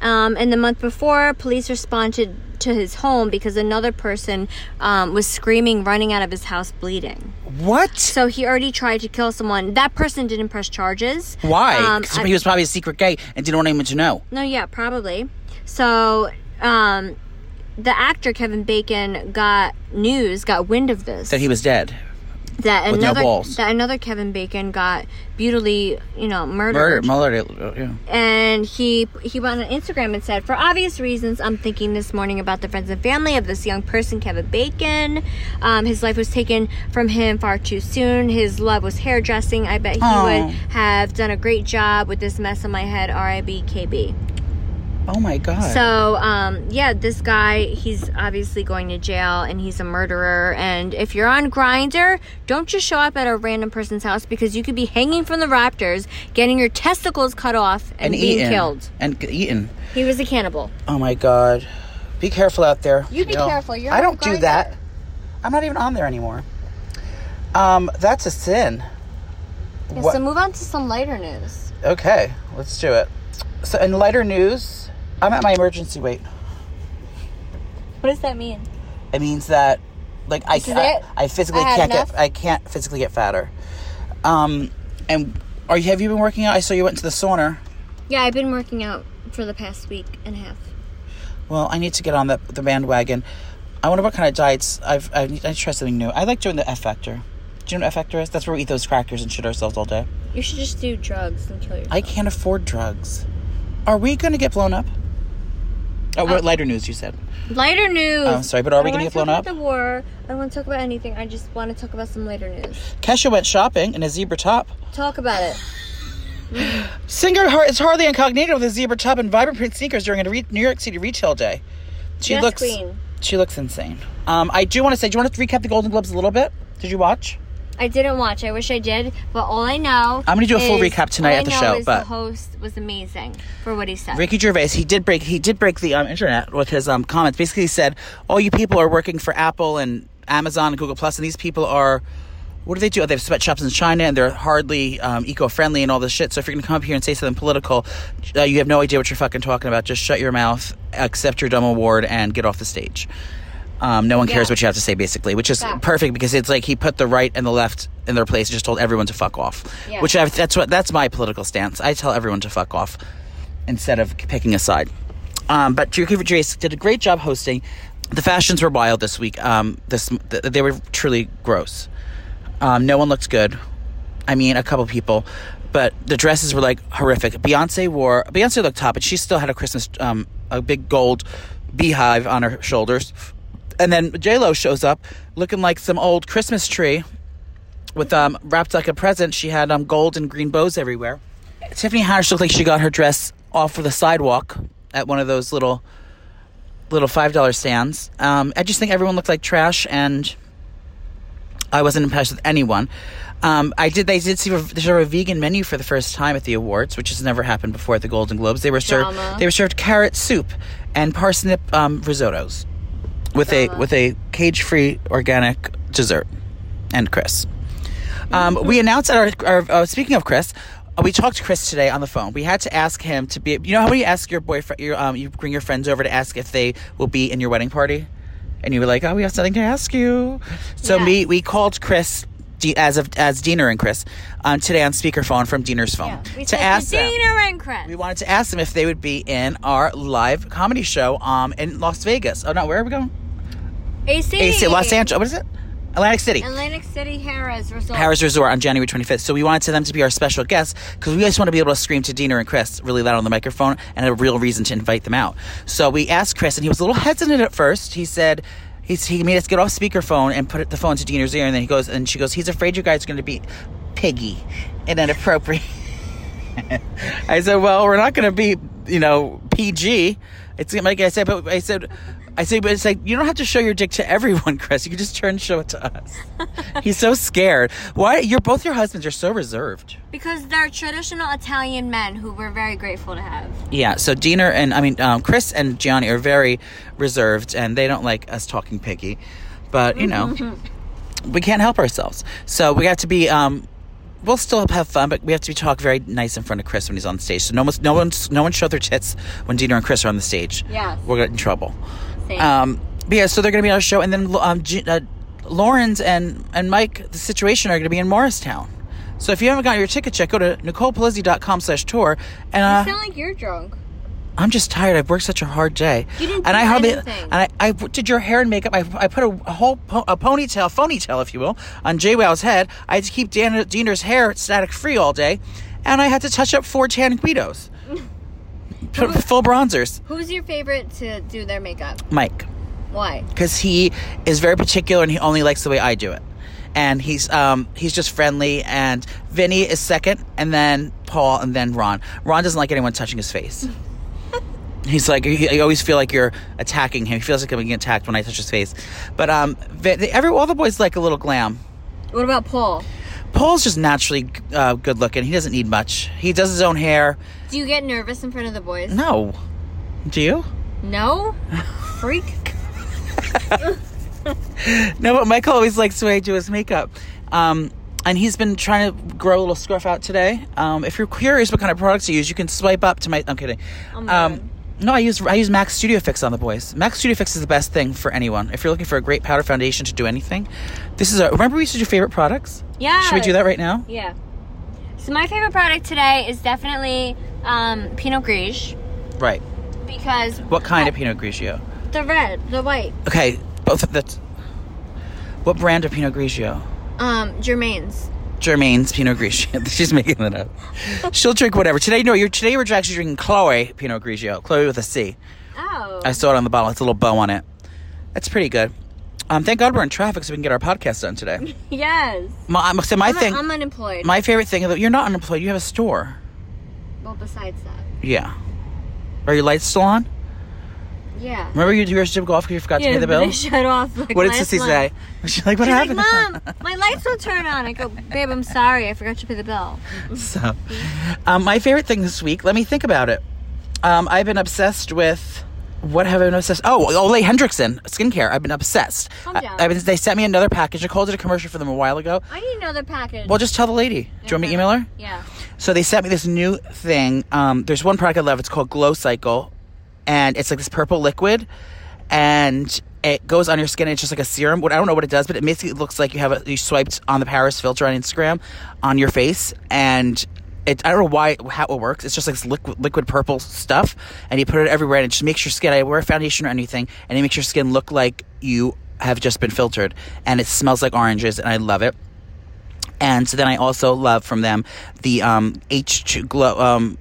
[SPEAKER 1] Um, and the month before, police responded to his home because another person um, was screaming, running out of his house bleeding.
[SPEAKER 4] What?
[SPEAKER 1] So he already tried to kill someone. That person didn't press charges.
[SPEAKER 4] Why?
[SPEAKER 1] Um,
[SPEAKER 4] 'Cause
[SPEAKER 1] I-
[SPEAKER 4] he was probably a secret gay and didn't want anyone to know.
[SPEAKER 1] No, yeah, probably. So, um, the actor Kevin Bacon got news, got wind of this.
[SPEAKER 4] That he was dead.
[SPEAKER 1] that
[SPEAKER 4] with no
[SPEAKER 1] another
[SPEAKER 4] balls.
[SPEAKER 1] that another Kevin Bacon got brutally, you know,
[SPEAKER 4] Murdered.
[SPEAKER 1] murdered.
[SPEAKER 4] Murdered. uh, yeah.
[SPEAKER 1] and he he went on Instagram and said, for obvious reasons, I'm thinking this morning about the friends and family of this young person, Kevin Bacon. Um, his life was taken from him far too soon. His love was hairdressing. I bet he
[SPEAKER 4] Aw.
[SPEAKER 1] would have done a great job with this mess on my head. R.I.B. K.B.
[SPEAKER 4] Oh my god.
[SPEAKER 1] So, um, yeah, this guy, he's obviously going to jail and he's a murderer. And if you're on Grinder, don't just show up at a random person's house because you could be hanging from the raptors, getting your testicles cut off, and,
[SPEAKER 4] and
[SPEAKER 1] being
[SPEAKER 4] eaten.
[SPEAKER 1] killed.
[SPEAKER 4] And g- eaten.
[SPEAKER 1] He was a cannibal.
[SPEAKER 4] Oh my god. Be careful out there.
[SPEAKER 1] You be careful. You're
[SPEAKER 4] I
[SPEAKER 1] on
[SPEAKER 4] don't do
[SPEAKER 1] Grindr.
[SPEAKER 4] that. I'm not even on there anymore. Um, that's a sin.
[SPEAKER 1] Yeah,
[SPEAKER 4] What-
[SPEAKER 1] so, move on to some lighter news.
[SPEAKER 4] Okay, let's do it. So, in lighter news, I'm at my emergency weight.
[SPEAKER 1] What does that mean?
[SPEAKER 4] It means that, like, I
[SPEAKER 1] This is
[SPEAKER 4] can't.
[SPEAKER 1] it?
[SPEAKER 4] I physically
[SPEAKER 1] I had
[SPEAKER 4] can't
[SPEAKER 1] enough?
[SPEAKER 4] get. I can't physically get fatter. Um, and are you? Have you been working out? I saw you went to the sauna.
[SPEAKER 1] Yeah, I've been working out for the past week and a half.
[SPEAKER 4] Well, I need to get on the the bandwagon. I wonder what kind of diets I've. I need, I need to try something new. I like doing the F factor. Do you know what F factor is? That's where we eat those crackers and shit ourselves all day.
[SPEAKER 1] You should just do drugs and kill yourself.
[SPEAKER 4] I can't afford drugs. Are we gonna get blown up? Oh, what lighter news you said.
[SPEAKER 1] Lighter news.
[SPEAKER 4] Oh, sorry, but are we
[SPEAKER 1] I
[SPEAKER 4] gonna
[SPEAKER 1] wanna
[SPEAKER 4] get blown
[SPEAKER 1] talk
[SPEAKER 4] up?
[SPEAKER 1] About the war. I don't want to talk about anything. I just want to talk about some lighter news.
[SPEAKER 4] Kesha went shopping in a zebra top.
[SPEAKER 1] Talk about it.
[SPEAKER 4] Singer Har- is hardly incognito with a zebra top and vibrant print sneakers during a re- New York City retail day. She
[SPEAKER 1] Yes,
[SPEAKER 4] looks.
[SPEAKER 1] queen.
[SPEAKER 4] She looks insane. Um, I do want to say. Do you want to recap the Golden Globes a little bit? Did you watch?
[SPEAKER 1] I didn't watch. I wish I did, but all I know.
[SPEAKER 4] I'm gonna do a full
[SPEAKER 1] is-
[SPEAKER 4] recap tonight
[SPEAKER 1] all I
[SPEAKER 4] at the
[SPEAKER 1] know
[SPEAKER 4] show,
[SPEAKER 1] is
[SPEAKER 4] but-
[SPEAKER 1] the host was amazing for what he said.
[SPEAKER 4] Ricky Gervais, he did break he did break the um, internet with his um, comments. Basically, he said, "All you people are working for Apple and Amazon and Google Plus, and these people are." What do they do? Oh, They have sweatshops in China and they're hardly um, eco friendly and all this shit. So, if you're going to come up here and say something political, uh, you have no idea what you're fucking talking about. Just shut your mouth, accept your dumb award, and get off the stage. Um, no one cares
[SPEAKER 1] Yeah.
[SPEAKER 4] what you have to say, basically, which is
[SPEAKER 1] Facts.
[SPEAKER 4] perfect because it's like he put the right and the left in their place and just told everyone to fuck off.
[SPEAKER 1] Yeah.
[SPEAKER 4] Which I, that's what that's my political stance. I tell everyone to fuck off instead of picking a side. Um, but Drew Gervais did a great job hosting. The fashions were wild this week. Um, this th- they were truly gross. Um, no one looked good. I mean, a couple people, but the dresses were like horrific. Beyonce wore Beyonce looked top, but she still had a Christmas um, a big gold beehive on her shoulders. And then J Lo shows up looking like some old Christmas tree with um wrapped like a present. She had um gold and green bows everywhere. Tiffany Haddish looked like she got her dress off of the sidewalk at one of those little little five dollar stands. Um, I just think everyone looked like trash, and I wasn't impressed with anyone. Um, I did. They did see they serve a vegan menu for the first time at the awards, which has never happened before at the Golden Globes. They were served
[SPEAKER 1] Drama.
[SPEAKER 4] they were served carrot soup and parsnip um, risottos with a
[SPEAKER 1] Drama.
[SPEAKER 4] with a cage free organic dessert and Chris. Um, we announced at our, our uh, speaking of Chris, uh, we talked to Chris today on the phone. We had to ask him to be. You know how when you ask your boyfriend, your um, you bring your friends over to ask if they will be in your wedding party, and you were like, "Oh, we have something to ask you." So
[SPEAKER 1] Yeah.
[SPEAKER 4] we we called Chris. D- as of as Diener and Chris um, today on speakerphone from Diener's phone
[SPEAKER 1] Yeah. We
[SPEAKER 4] to
[SPEAKER 1] said
[SPEAKER 4] ask them-
[SPEAKER 1] Dana and Chris.
[SPEAKER 4] we wanted to ask them if they would be in our live comedy show um in Las Vegas. Oh no, where are we going?
[SPEAKER 1] AC,
[SPEAKER 4] AC, Los Angeles. What is it? Atlantic City.
[SPEAKER 1] Atlantic City Harris Resort.
[SPEAKER 4] Harris Resort on January 25th. So we wanted to them to be our special guests because we just want to be able to scream to Diener and Chris really loud on the microphone and a real reason to invite them out. So we asked Chris, and he was a little hesitant at first. He said. He's, he made us get off speakerphone and put the phone to Diener's ear, and then he goes, and she goes, he's afraid you guys are going to be piggy and inappropriate. I said, "Well, we're not going to be, you know, PG." It's like I said, but I said, I said, but it's like you don't have to show your dick to everyone, Chris. You can just turn and show it to us. He's so scared. Why? You're both your husbands are so reserved.
[SPEAKER 1] Because they're traditional Italian men who we're very grateful to have.
[SPEAKER 4] Yeah. So Diener and I mean um, Chris and Gianni are very reserved, and they don't like us talking piggy. But you know, we can't help ourselves. So we have to be. Um, we'll still have fun, but we have to be talk very nice in front of Chris when he's on stage. So no one's no one's no one show their tits when Diener and Chris are on the stage.
[SPEAKER 1] Yes.
[SPEAKER 4] we're gonna get in trouble.
[SPEAKER 1] Same.
[SPEAKER 4] Um, but yeah, so they're gonna be on our show, and then um, G- uh, Lauren's and and Mike, the situation are gonna be in Morristown. So if you haven't got your ticket yet, go to nicolepalizzi.com slash tour. And uh,
[SPEAKER 1] you sound like you're drunk.
[SPEAKER 4] I'm just tired. I've worked such a hard day.
[SPEAKER 1] You didn't
[SPEAKER 4] and
[SPEAKER 1] do
[SPEAKER 4] I hardly,
[SPEAKER 1] anything.
[SPEAKER 4] And I, I did your hair and makeup. I, I put a, a whole po- a ponytail, phonytail, if you will, on Jay Wow's head. I had to keep Dan, Diener's hair static free all day. And I had to touch up four tan Guidos. Put full bronzers.
[SPEAKER 1] Who's your favorite to do their makeup?
[SPEAKER 4] Mike.
[SPEAKER 1] Why?
[SPEAKER 4] because he is very particular and he only likes the way I do it. And he's um, he's just friendly. And Vinny is second, and then Paul, and then Ron. Ron doesn't like anyone touching his face. he's like, he, I always feel like you're attacking him. He feels like I'm being attacked when I touch his face. But um, Vin, they, every all the boys like a little glam.
[SPEAKER 1] What about Paul?
[SPEAKER 4] Paul's just naturally uh, good looking. He doesn't need much. He does his own hair.
[SPEAKER 1] Do you get nervous in front of the boys?
[SPEAKER 4] No, do you?
[SPEAKER 1] No? Freak?
[SPEAKER 4] No, but Michael always likes the way I do his makeup. Um, and he's been trying to grow a little scarf out today. Um, if you're curious what kind of products I use, you can swipe up to my. I'm kidding.
[SPEAKER 1] my
[SPEAKER 4] um, no, I use I use Max Studio Fix on the boys. Max Studio Fix is the best thing for anyone. If you're looking for a great powder foundation to do anything, this is. Our, remember we used to do favorite products.
[SPEAKER 1] Yeah.
[SPEAKER 4] Should we do that right now?
[SPEAKER 1] Yeah. So my favorite product today is definitely um, Pinot Grigio
[SPEAKER 4] Right.
[SPEAKER 1] because
[SPEAKER 4] What kind of Pinot Grigio?
[SPEAKER 1] the red, the white,
[SPEAKER 4] Okay, both. of That's. What brand of Pinot Grigio?
[SPEAKER 1] um, Germain's.
[SPEAKER 4] Germaine's Pinot Grigio. She's making that up. She'll drink whatever. Today, no, you're today we're actually drinking Chloe Pinot Grigio. Chloe with a C.
[SPEAKER 1] Oh.
[SPEAKER 4] I saw it on the bottle. It's a little bow on it. That's pretty good. Um, thank God we're in traffic so we can get our podcast done today.
[SPEAKER 1] yes.
[SPEAKER 4] My, so my
[SPEAKER 1] I'm,
[SPEAKER 4] thing,
[SPEAKER 1] I'm unemployed.
[SPEAKER 4] my favorite thing, you're not unemployed. You have a store.
[SPEAKER 1] well, besides that.
[SPEAKER 4] Yeah. Are your lights still on?
[SPEAKER 1] Yeah.
[SPEAKER 4] Remember you yours didn't go off because you forgot to pay the bill.
[SPEAKER 1] They shut off. Like,
[SPEAKER 4] What did
[SPEAKER 1] last
[SPEAKER 4] Sissy
[SPEAKER 1] month.
[SPEAKER 4] say? She's like, "What
[SPEAKER 1] She's like,
[SPEAKER 4] happened?"
[SPEAKER 1] Mom, my lights don't turn on. I go, Babe, I'm sorry. I forgot to pay the bill.
[SPEAKER 4] So, um, my favorite thing this week. Let me think about it. Um, I've been obsessed with. What have I been obsessed? Oh, Olay Hendrickson skincare. I've been obsessed.
[SPEAKER 1] Calm down.
[SPEAKER 4] I, have been, they sent me another package. Nicole did a commercial for them a while ago.
[SPEAKER 1] I need another package.
[SPEAKER 4] Well, just tell the lady. Do you want me to email her?
[SPEAKER 1] Yeah.
[SPEAKER 4] So they sent me this new thing. Um, there's one product I love. It's called Glow Cycle, and it's like this purple liquid, and it goes on your skin. And it's just like a serum. What I don't know what it does, but it basically looks like you have a, you swiped on the Paris filter on Instagram on your face, and it I don't know why how it works. It's just like this liquid liquid purple stuff, and you put it everywhere, and it just makes your skin. I wear foundation or anything, and it makes your skin look like you have just been filtered, and it smells like oranges, and I love it. And so then I also love from them the um, H2 glow. Um,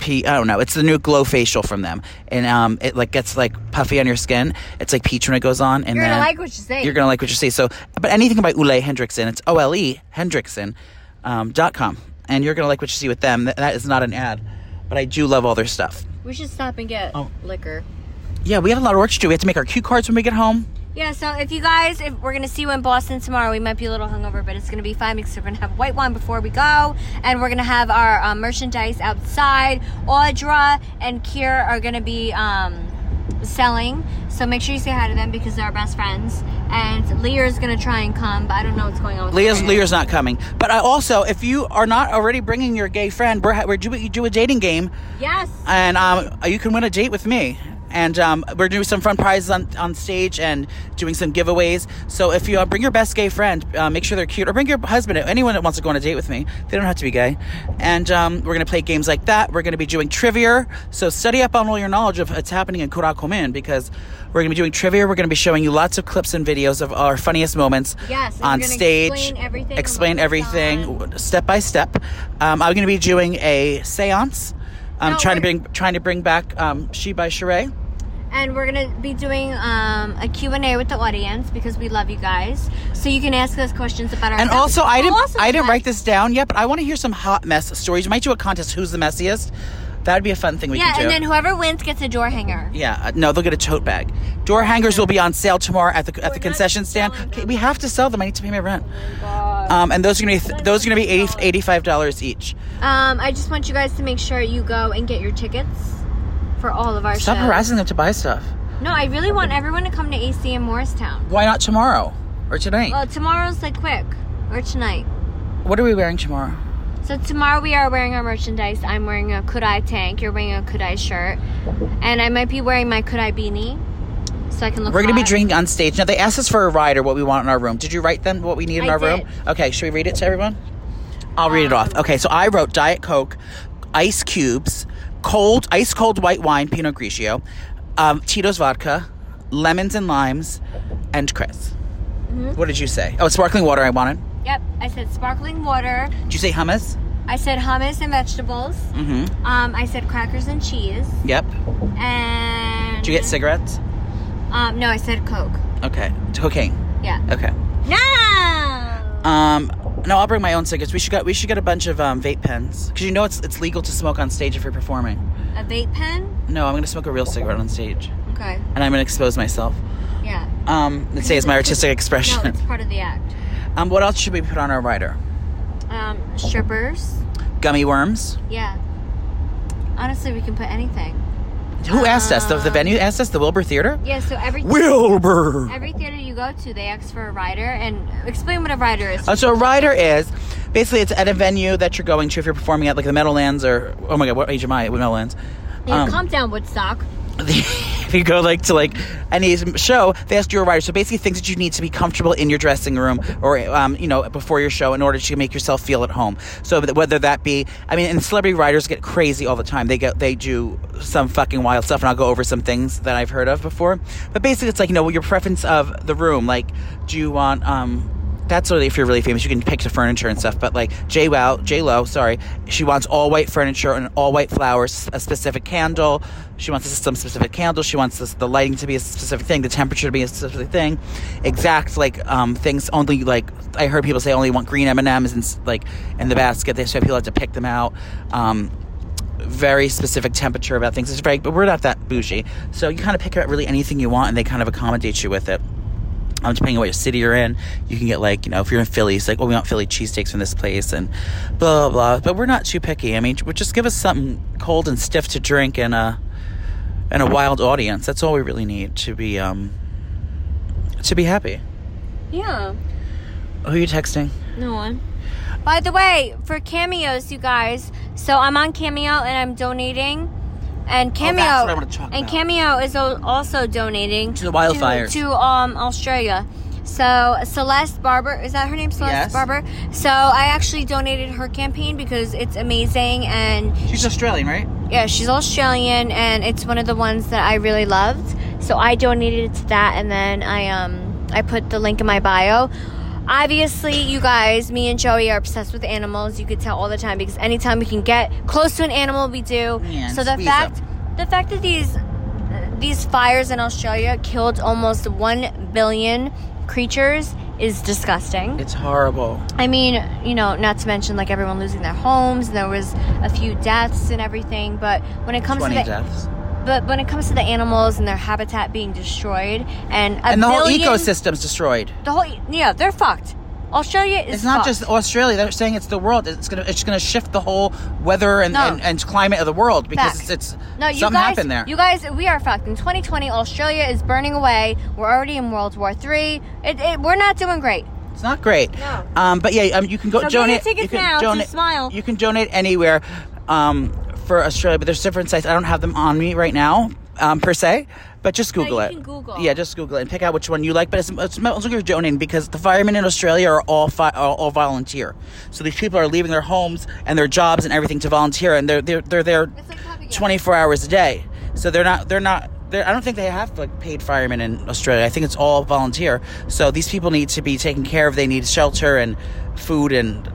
[SPEAKER 4] P, I don't know. It's the new glow facial from them, and um, it like gets like puffy on your skin. It's like peach when it goes on, and
[SPEAKER 1] You're
[SPEAKER 4] then
[SPEAKER 1] gonna like what you say.
[SPEAKER 4] you're gonna like what you see. So, but anything about Ule Hendrickson, it's O L E Hendrickson um, dot com, and you're gonna like what you see with them. Th- that is not an ad, but I do love all their stuff.
[SPEAKER 1] we should stop and get
[SPEAKER 4] Oh.
[SPEAKER 1] liquor.
[SPEAKER 4] Yeah, we have a lot of work to do. We have to make our cue cards when we get home.
[SPEAKER 1] Yeah, so if you guys, if we're gonna see you in Boston tomorrow, we might be a little hungover, but it's gonna be fine because we're gonna have white wine before we go, and we're gonna have our um, merchandise outside. Audra and Kier are gonna be um, selling, so make sure you say hi to them because they're best friends. And Lear's gonna try and come, but I don't know what's going on. with
[SPEAKER 4] Leah's
[SPEAKER 1] her.
[SPEAKER 4] Leah's not coming. But I also, if you are not already bringing your gay friend, we're, ha- we're do you do a dating game,
[SPEAKER 1] Yes.
[SPEAKER 4] and um, you can win a date with me. And um, we're doing some fun prizes on, on stage and doing some giveaways. So if you uh, bring your best gay friend, uh, make sure they're cute, or bring your husband, anyone that wants to go on a date with me. They don't have to be gay. And um, we're gonna play games like that. We're gonna be doing trivia. So study up on all your knowledge of what's happening in Kurakomin because we're gonna be doing trivia. We're gonna be showing you lots of clips and videos of our funniest moments
[SPEAKER 1] Yes, and we're
[SPEAKER 4] on
[SPEAKER 1] gonna
[SPEAKER 4] stage.
[SPEAKER 1] explain everything
[SPEAKER 4] explain
[SPEAKER 1] about the
[SPEAKER 4] everything,
[SPEAKER 1] song.
[SPEAKER 4] w- step by step. Um, I'm going to be doing a séance. I'm
[SPEAKER 1] No,
[SPEAKER 4] trying to
[SPEAKER 1] we're-
[SPEAKER 4] bring trying to bring back um, She by Sheree.
[SPEAKER 1] and we're gonna be doing um, a Q&A with the audience because we love you guys. So you can ask us questions about our Oh,
[SPEAKER 4] And also, I didn't
[SPEAKER 1] Also,
[SPEAKER 4] I didn't
[SPEAKER 1] guys-
[SPEAKER 4] write this down yet, but I want to hear some hot mess stories. We might do a contest. Who's the messiest? That would be a fun thing we
[SPEAKER 1] Yeah,
[SPEAKER 4] can do.
[SPEAKER 1] and then whoever wins gets a door hanger.
[SPEAKER 4] yeah, uh, no, they'll get a tote bag. Door hangers will be on sale tomorrow at the at the concession stand.
[SPEAKER 1] selling
[SPEAKER 4] Okay, we have to sell them. I need to pay my rent. um, and those are gonna be th- those are gonna be 80, 85 dollars each.
[SPEAKER 1] Um, I just want you guys to make sure you go and get your tickets for all of our
[SPEAKER 4] Stop
[SPEAKER 1] shows.
[SPEAKER 4] harassing them to buy stuff.
[SPEAKER 1] No, I really want everyone to come to AC in Morristown.
[SPEAKER 4] Why not tomorrow or tonight?
[SPEAKER 1] Well, tomorrow's like quick, or tonight.
[SPEAKER 4] what are we wearing tomorrow?
[SPEAKER 1] So tomorrow we are wearing our merchandise. I'm wearing a Kudai tank. You're wearing a Kudai shirt, and I might be wearing my Kudai beanie, so I can look.
[SPEAKER 4] We're going to be
[SPEAKER 1] hot.
[SPEAKER 4] drinking on stage. Now, they asked us for a ride or what we want in our room. Did you write them what we need in
[SPEAKER 1] I
[SPEAKER 4] our room?
[SPEAKER 1] did. Um,
[SPEAKER 4] Okay, should we read it to everyone? I'll read it off. Okay, so I wrote Diet Coke, ice cubes, cold, ice cold white wine, Pinot Grigio, um, Tito's vodka, lemons and limes, and Chris.
[SPEAKER 1] Mm-hmm.
[SPEAKER 4] What did you say? Oh, sparkling water I wanted.
[SPEAKER 1] Yep, I said sparkling water.
[SPEAKER 4] Did you say hummus?
[SPEAKER 1] I said hummus and vegetables.
[SPEAKER 4] Mm hmm.
[SPEAKER 1] Um, I said crackers and cheese.
[SPEAKER 4] Yep.
[SPEAKER 1] And
[SPEAKER 4] Did you get cigarettes?
[SPEAKER 1] Um, no, I said Coke.
[SPEAKER 4] Okay. Cocaine.
[SPEAKER 1] Yeah.
[SPEAKER 4] Okay.
[SPEAKER 1] No.
[SPEAKER 4] Um, no, I'll bring my own cigarettes. We should get we should get a bunch of um, vape pens because you know it's it's legal to smoke on stage if you're performing.
[SPEAKER 1] A vape pen?
[SPEAKER 4] No, I'm gonna smoke a real cigarette on stage,
[SPEAKER 1] Okay.
[SPEAKER 4] and I'm gonna expose myself.
[SPEAKER 1] Yeah.
[SPEAKER 4] Um, let's say it's my artistic
[SPEAKER 1] No,
[SPEAKER 4] expression.
[SPEAKER 1] it's part of the act.
[SPEAKER 4] um, what else should we put on our rider?
[SPEAKER 1] Um, strippers.
[SPEAKER 4] Gummy worms.
[SPEAKER 1] Yeah. Honestly, we can put anything. Uh,
[SPEAKER 4] Who asked us? The, the venue asked us. The Wilbur Theater.
[SPEAKER 1] Yeah. So every
[SPEAKER 4] Wilbur.
[SPEAKER 1] every theater you go to, they ask for a rider, and explain what a rider is.
[SPEAKER 4] Uh, so a rider is basically it's at a venue that you're going to if you're performing at like the Meadowlands or oh my god, what age am I at Meadowlands?
[SPEAKER 1] You
[SPEAKER 4] um,
[SPEAKER 1] calm down, Woodstock.
[SPEAKER 4] if you go like to like any show, they ask you a rider. So basically, things that you need to be comfortable in your dressing room or um, you know before your show in order to make yourself feel at home. So th- whether that be, I mean, and celebrity riders get crazy all the time. They get they do some fucking wild stuff, and I'll go over some things that I've heard of before. But basically, it's like you know your preference of the room. Like, do you want um that's really if you're really famous, you can pick the furniture and stuff. But like J Lo, J Lo, sorry, she wants all white furniture and all white flowers, a specific candle. She wants some specific candle. She wants this, the lighting to be a specific thing, the temperature to be a specific thing, exact like um, things. Only like I heard people say only want green M and M's and s- like in the basket. They so people have to pick them out. Um, very specific temperature about things. It's very, but we're not that bougie. So you kind of pick out really anything you want, and they kind of accommodate you with it. Um, depending on what city you're in, you can get like, you know, if you're in Philly, it's like, oh, we want Philly cheesesteaks from this place and blah, blah, blah. But we're not too picky. I mean, we just give us something cold and stiff to drink and a, and a wild audience. That's all we really need to be, um, to be happy.
[SPEAKER 1] Yeah.
[SPEAKER 4] Who are you texting?
[SPEAKER 1] No one. By the way, for cameos, you guys. So I'm on Cameo and I'm donating. And Cameo
[SPEAKER 4] Oh, that's what I wanna talk
[SPEAKER 1] and
[SPEAKER 4] about.
[SPEAKER 1] Cameo is al- also donating
[SPEAKER 4] To the wildfires.
[SPEAKER 1] to, to, um Australia. So Celeste Barber is that her name? Celeste
[SPEAKER 4] Yes.
[SPEAKER 1] Barber. So I actually donated her campaign because it's amazing and
[SPEAKER 4] She's Australian, right?
[SPEAKER 1] yeah, she's Australian and it's one of the ones that I really loved. So I donated to that and then I um I put the link in my bio. Obviously, you guys, me and Joey are obsessed with animals. You could tell all the time because anytime we can get close to an animal, we do.
[SPEAKER 4] Yeah, and
[SPEAKER 1] so the
[SPEAKER 4] squeeze
[SPEAKER 1] fact the fact that these these fires in Australia killed almost 1 billion creatures is disgusting.
[SPEAKER 4] It's horrible.
[SPEAKER 1] I mean, you know, not to mention like everyone losing their homes. And there was a few deaths and everything, but when it comes to
[SPEAKER 4] 20
[SPEAKER 1] the
[SPEAKER 4] deaths.
[SPEAKER 1] but when it comes to the animals and their habitat being destroyed and a
[SPEAKER 4] And the whole
[SPEAKER 1] billion-
[SPEAKER 4] ecosystem's destroyed.
[SPEAKER 1] the whole e- yeah, they're fucked. Australia is
[SPEAKER 4] It's not
[SPEAKER 1] fucked.
[SPEAKER 4] just Australia. They're saying it's the world. It's gonna it's gonna shift the whole weather and,
[SPEAKER 1] No.
[SPEAKER 4] and, and climate of the world because
[SPEAKER 1] Facts.
[SPEAKER 4] it's, it's
[SPEAKER 1] no, you
[SPEAKER 4] something
[SPEAKER 1] guys,
[SPEAKER 4] happened there.
[SPEAKER 1] You guys, we are fucked. In 2020, Australia is burning away. We're already in World War Three. It, it, we're not doing great.
[SPEAKER 4] it's not great.
[SPEAKER 1] No.
[SPEAKER 4] Um, but yeah, um, you can go
[SPEAKER 1] So get your
[SPEAKER 4] donate.
[SPEAKER 1] tickets
[SPEAKER 4] you can
[SPEAKER 1] now to
[SPEAKER 4] donate,
[SPEAKER 1] Smile.
[SPEAKER 4] You can donate anywhere um, for Australia, but there's different sites. I don't have them on me right now um, per se, but just Google
[SPEAKER 1] you
[SPEAKER 4] it.
[SPEAKER 1] can Google.
[SPEAKER 4] Yeah, just Google it and pick out which one you like. But it's, it's mostly you're donating because the firemen in Australia are all, fi- all all volunteer. So these people are leaving their homes and their jobs and everything to volunteer, and they're they're they're there
[SPEAKER 1] It's like propaganda.
[SPEAKER 4] 24 hours a day. So they're not they're not they're, I don't think they have like paid firemen in Australia. I think it's all volunteer. So these people need to be taken care of. They need shelter and food and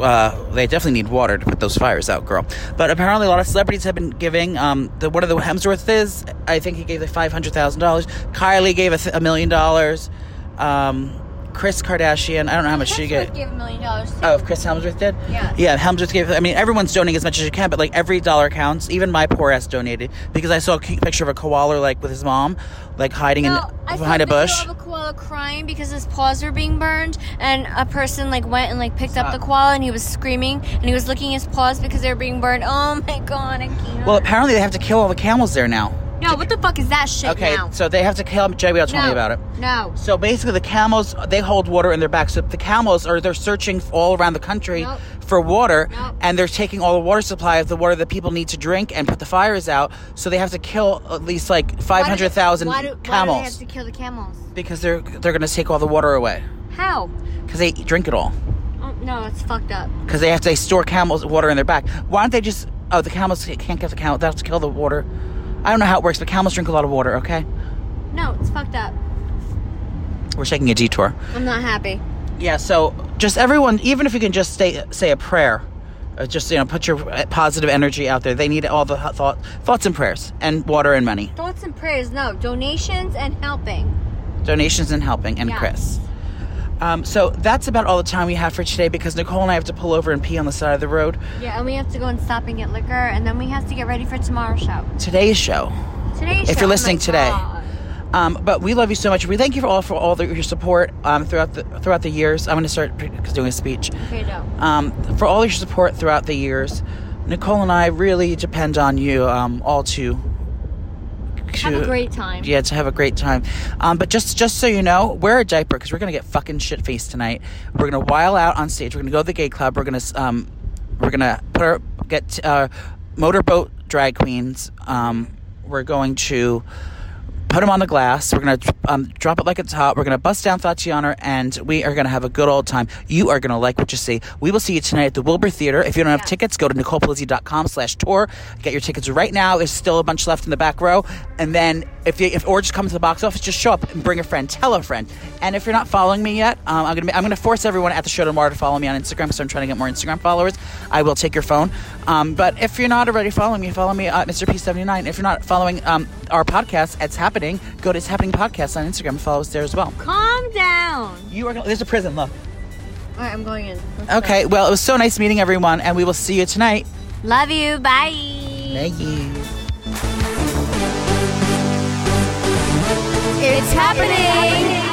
[SPEAKER 4] uh, they definitely need water to put those fires out, girl. But apparently, a lot of celebrities have been giving. Um, the one of the Hemsworth is, I think he gave like five hundred thousand dollars. Kylie gave a, th- a million dollars. Um, Chris Kardashian, I don't know how much she gave.
[SPEAKER 1] Give a million dollars. to-
[SPEAKER 4] Oh, if Chris Helmsworth did?
[SPEAKER 1] Yeah.
[SPEAKER 4] Yeah, Helmsworth gave. I mean, everyone's donating as much as you can, but like every dollar counts. Even my poor ass donated because I saw a cute picture of a koala like with his mom, like hiding
[SPEAKER 1] No, I
[SPEAKER 4] in
[SPEAKER 1] saw
[SPEAKER 4] behind
[SPEAKER 1] a
[SPEAKER 4] a bush.
[SPEAKER 1] Video of a koala crying because his paws were being burned, and a person like went and like picked up
[SPEAKER 4] Stop.
[SPEAKER 1] the koala, and he was screaming, and he was licking his paws because they were being burned. Oh my god, I can't.
[SPEAKER 4] Well, apparently they have to kill all the camels there now.
[SPEAKER 1] no, what the fuck is that shit
[SPEAKER 4] Okay,
[SPEAKER 1] now?
[SPEAKER 4] so they have to kill. Jay, will tell
[SPEAKER 1] no,
[SPEAKER 4] me about it.
[SPEAKER 1] No,
[SPEAKER 4] So basically, the camels they hold water in their back. So the camels are they're searching all around the country
[SPEAKER 1] Nope.
[SPEAKER 4] for water,
[SPEAKER 1] Nope.
[SPEAKER 4] and they're taking all the water supply of the water that people need to drink and put the fires out. So they have to kill at least like five hundred thousand
[SPEAKER 1] Why do-
[SPEAKER 4] camels.
[SPEAKER 1] Why do they have to kill the camels?
[SPEAKER 4] Because they're they're gonna take all the water away.
[SPEAKER 1] How?
[SPEAKER 4] Because they drink it all.
[SPEAKER 1] Oh, no, it's fucked up.
[SPEAKER 4] Because they have to they store camels water in their back. Why don't they just? Oh, the camels can't get the camel. They have to kill the water. I don't know how it works, but camels drink a lot of water. Okay,
[SPEAKER 1] No, it's fucked up.
[SPEAKER 4] we're taking a detour.
[SPEAKER 1] I'm not happy.
[SPEAKER 4] Yeah. So just everyone, even if you can just say say a prayer, uh, just you know put your uh, positive energy out there. They need all the hot thought thoughts and prayers and water and money,
[SPEAKER 1] Thoughts and prayers. No, donations and helping.
[SPEAKER 4] donations and helping and
[SPEAKER 1] Yes.
[SPEAKER 4] Chris. Um, so that's about all the time we have for today because Nicole and I have to pull over and pee on the side of the road.
[SPEAKER 1] Yeah, and we have to go and stop and get liquor, and then we have to get ready for tomorrow's show.
[SPEAKER 4] Today's show.
[SPEAKER 1] Today's
[SPEAKER 4] If
[SPEAKER 1] show,
[SPEAKER 4] you're
[SPEAKER 1] oh my
[SPEAKER 4] listening today.
[SPEAKER 1] God.
[SPEAKER 4] Um, but we love you so much. We thank you for all for all the, your support um, throughout the throughout the years. I'm going to start pre- doing a speech.
[SPEAKER 1] Okay, no.
[SPEAKER 4] Um, for all your support throughout the years, Nicole and I really depend on you um, all to, to
[SPEAKER 1] Have a great time.
[SPEAKER 4] Yeah, to have a great time. Um, but just just so you know, wear a diaper because we're gonna get fucking shit faced tonight. We're gonna while out on stage. We're gonna go to the gay club. We're gonna um, we're gonna put our, get uh, motorboat drag queens. Um, we're going to put them on the glass. We're gonna um, drop it like it's hot. We're gonna bust down Tatiana, and we are gonna have a good old time. You are gonna like what you see. We will see you tonight at the Wilbur Theater. If you don't have tickets, go to nicolepalizzi.com slash tour. Get your tickets right now. There's still a bunch left in the back row, and then if, you, if or just come to the box office, just show up and bring a friend, tell a friend. And if you're not following me yet, um, I'm gonna be- I'm gonna force everyone at the show tomorrow to follow me on Instagram because I'm trying to get more Instagram followers. I will take your phone. Um, but if you're not already following me, follow me at Mr. P79. If you're not following um, our podcast, it's happening. Go to it's happening podcast on Instagram. and Follow us there as well.
[SPEAKER 1] Calm down.
[SPEAKER 4] You are gonna, there's a prison. Look.
[SPEAKER 1] All right, I'm going in. Let's go.
[SPEAKER 4] Okay. Well, it was so nice meeting everyone, and we will see you tonight.
[SPEAKER 1] Love you. Bye.
[SPEAKER 4] Thank you.
[SPEAKER 1] It's happening.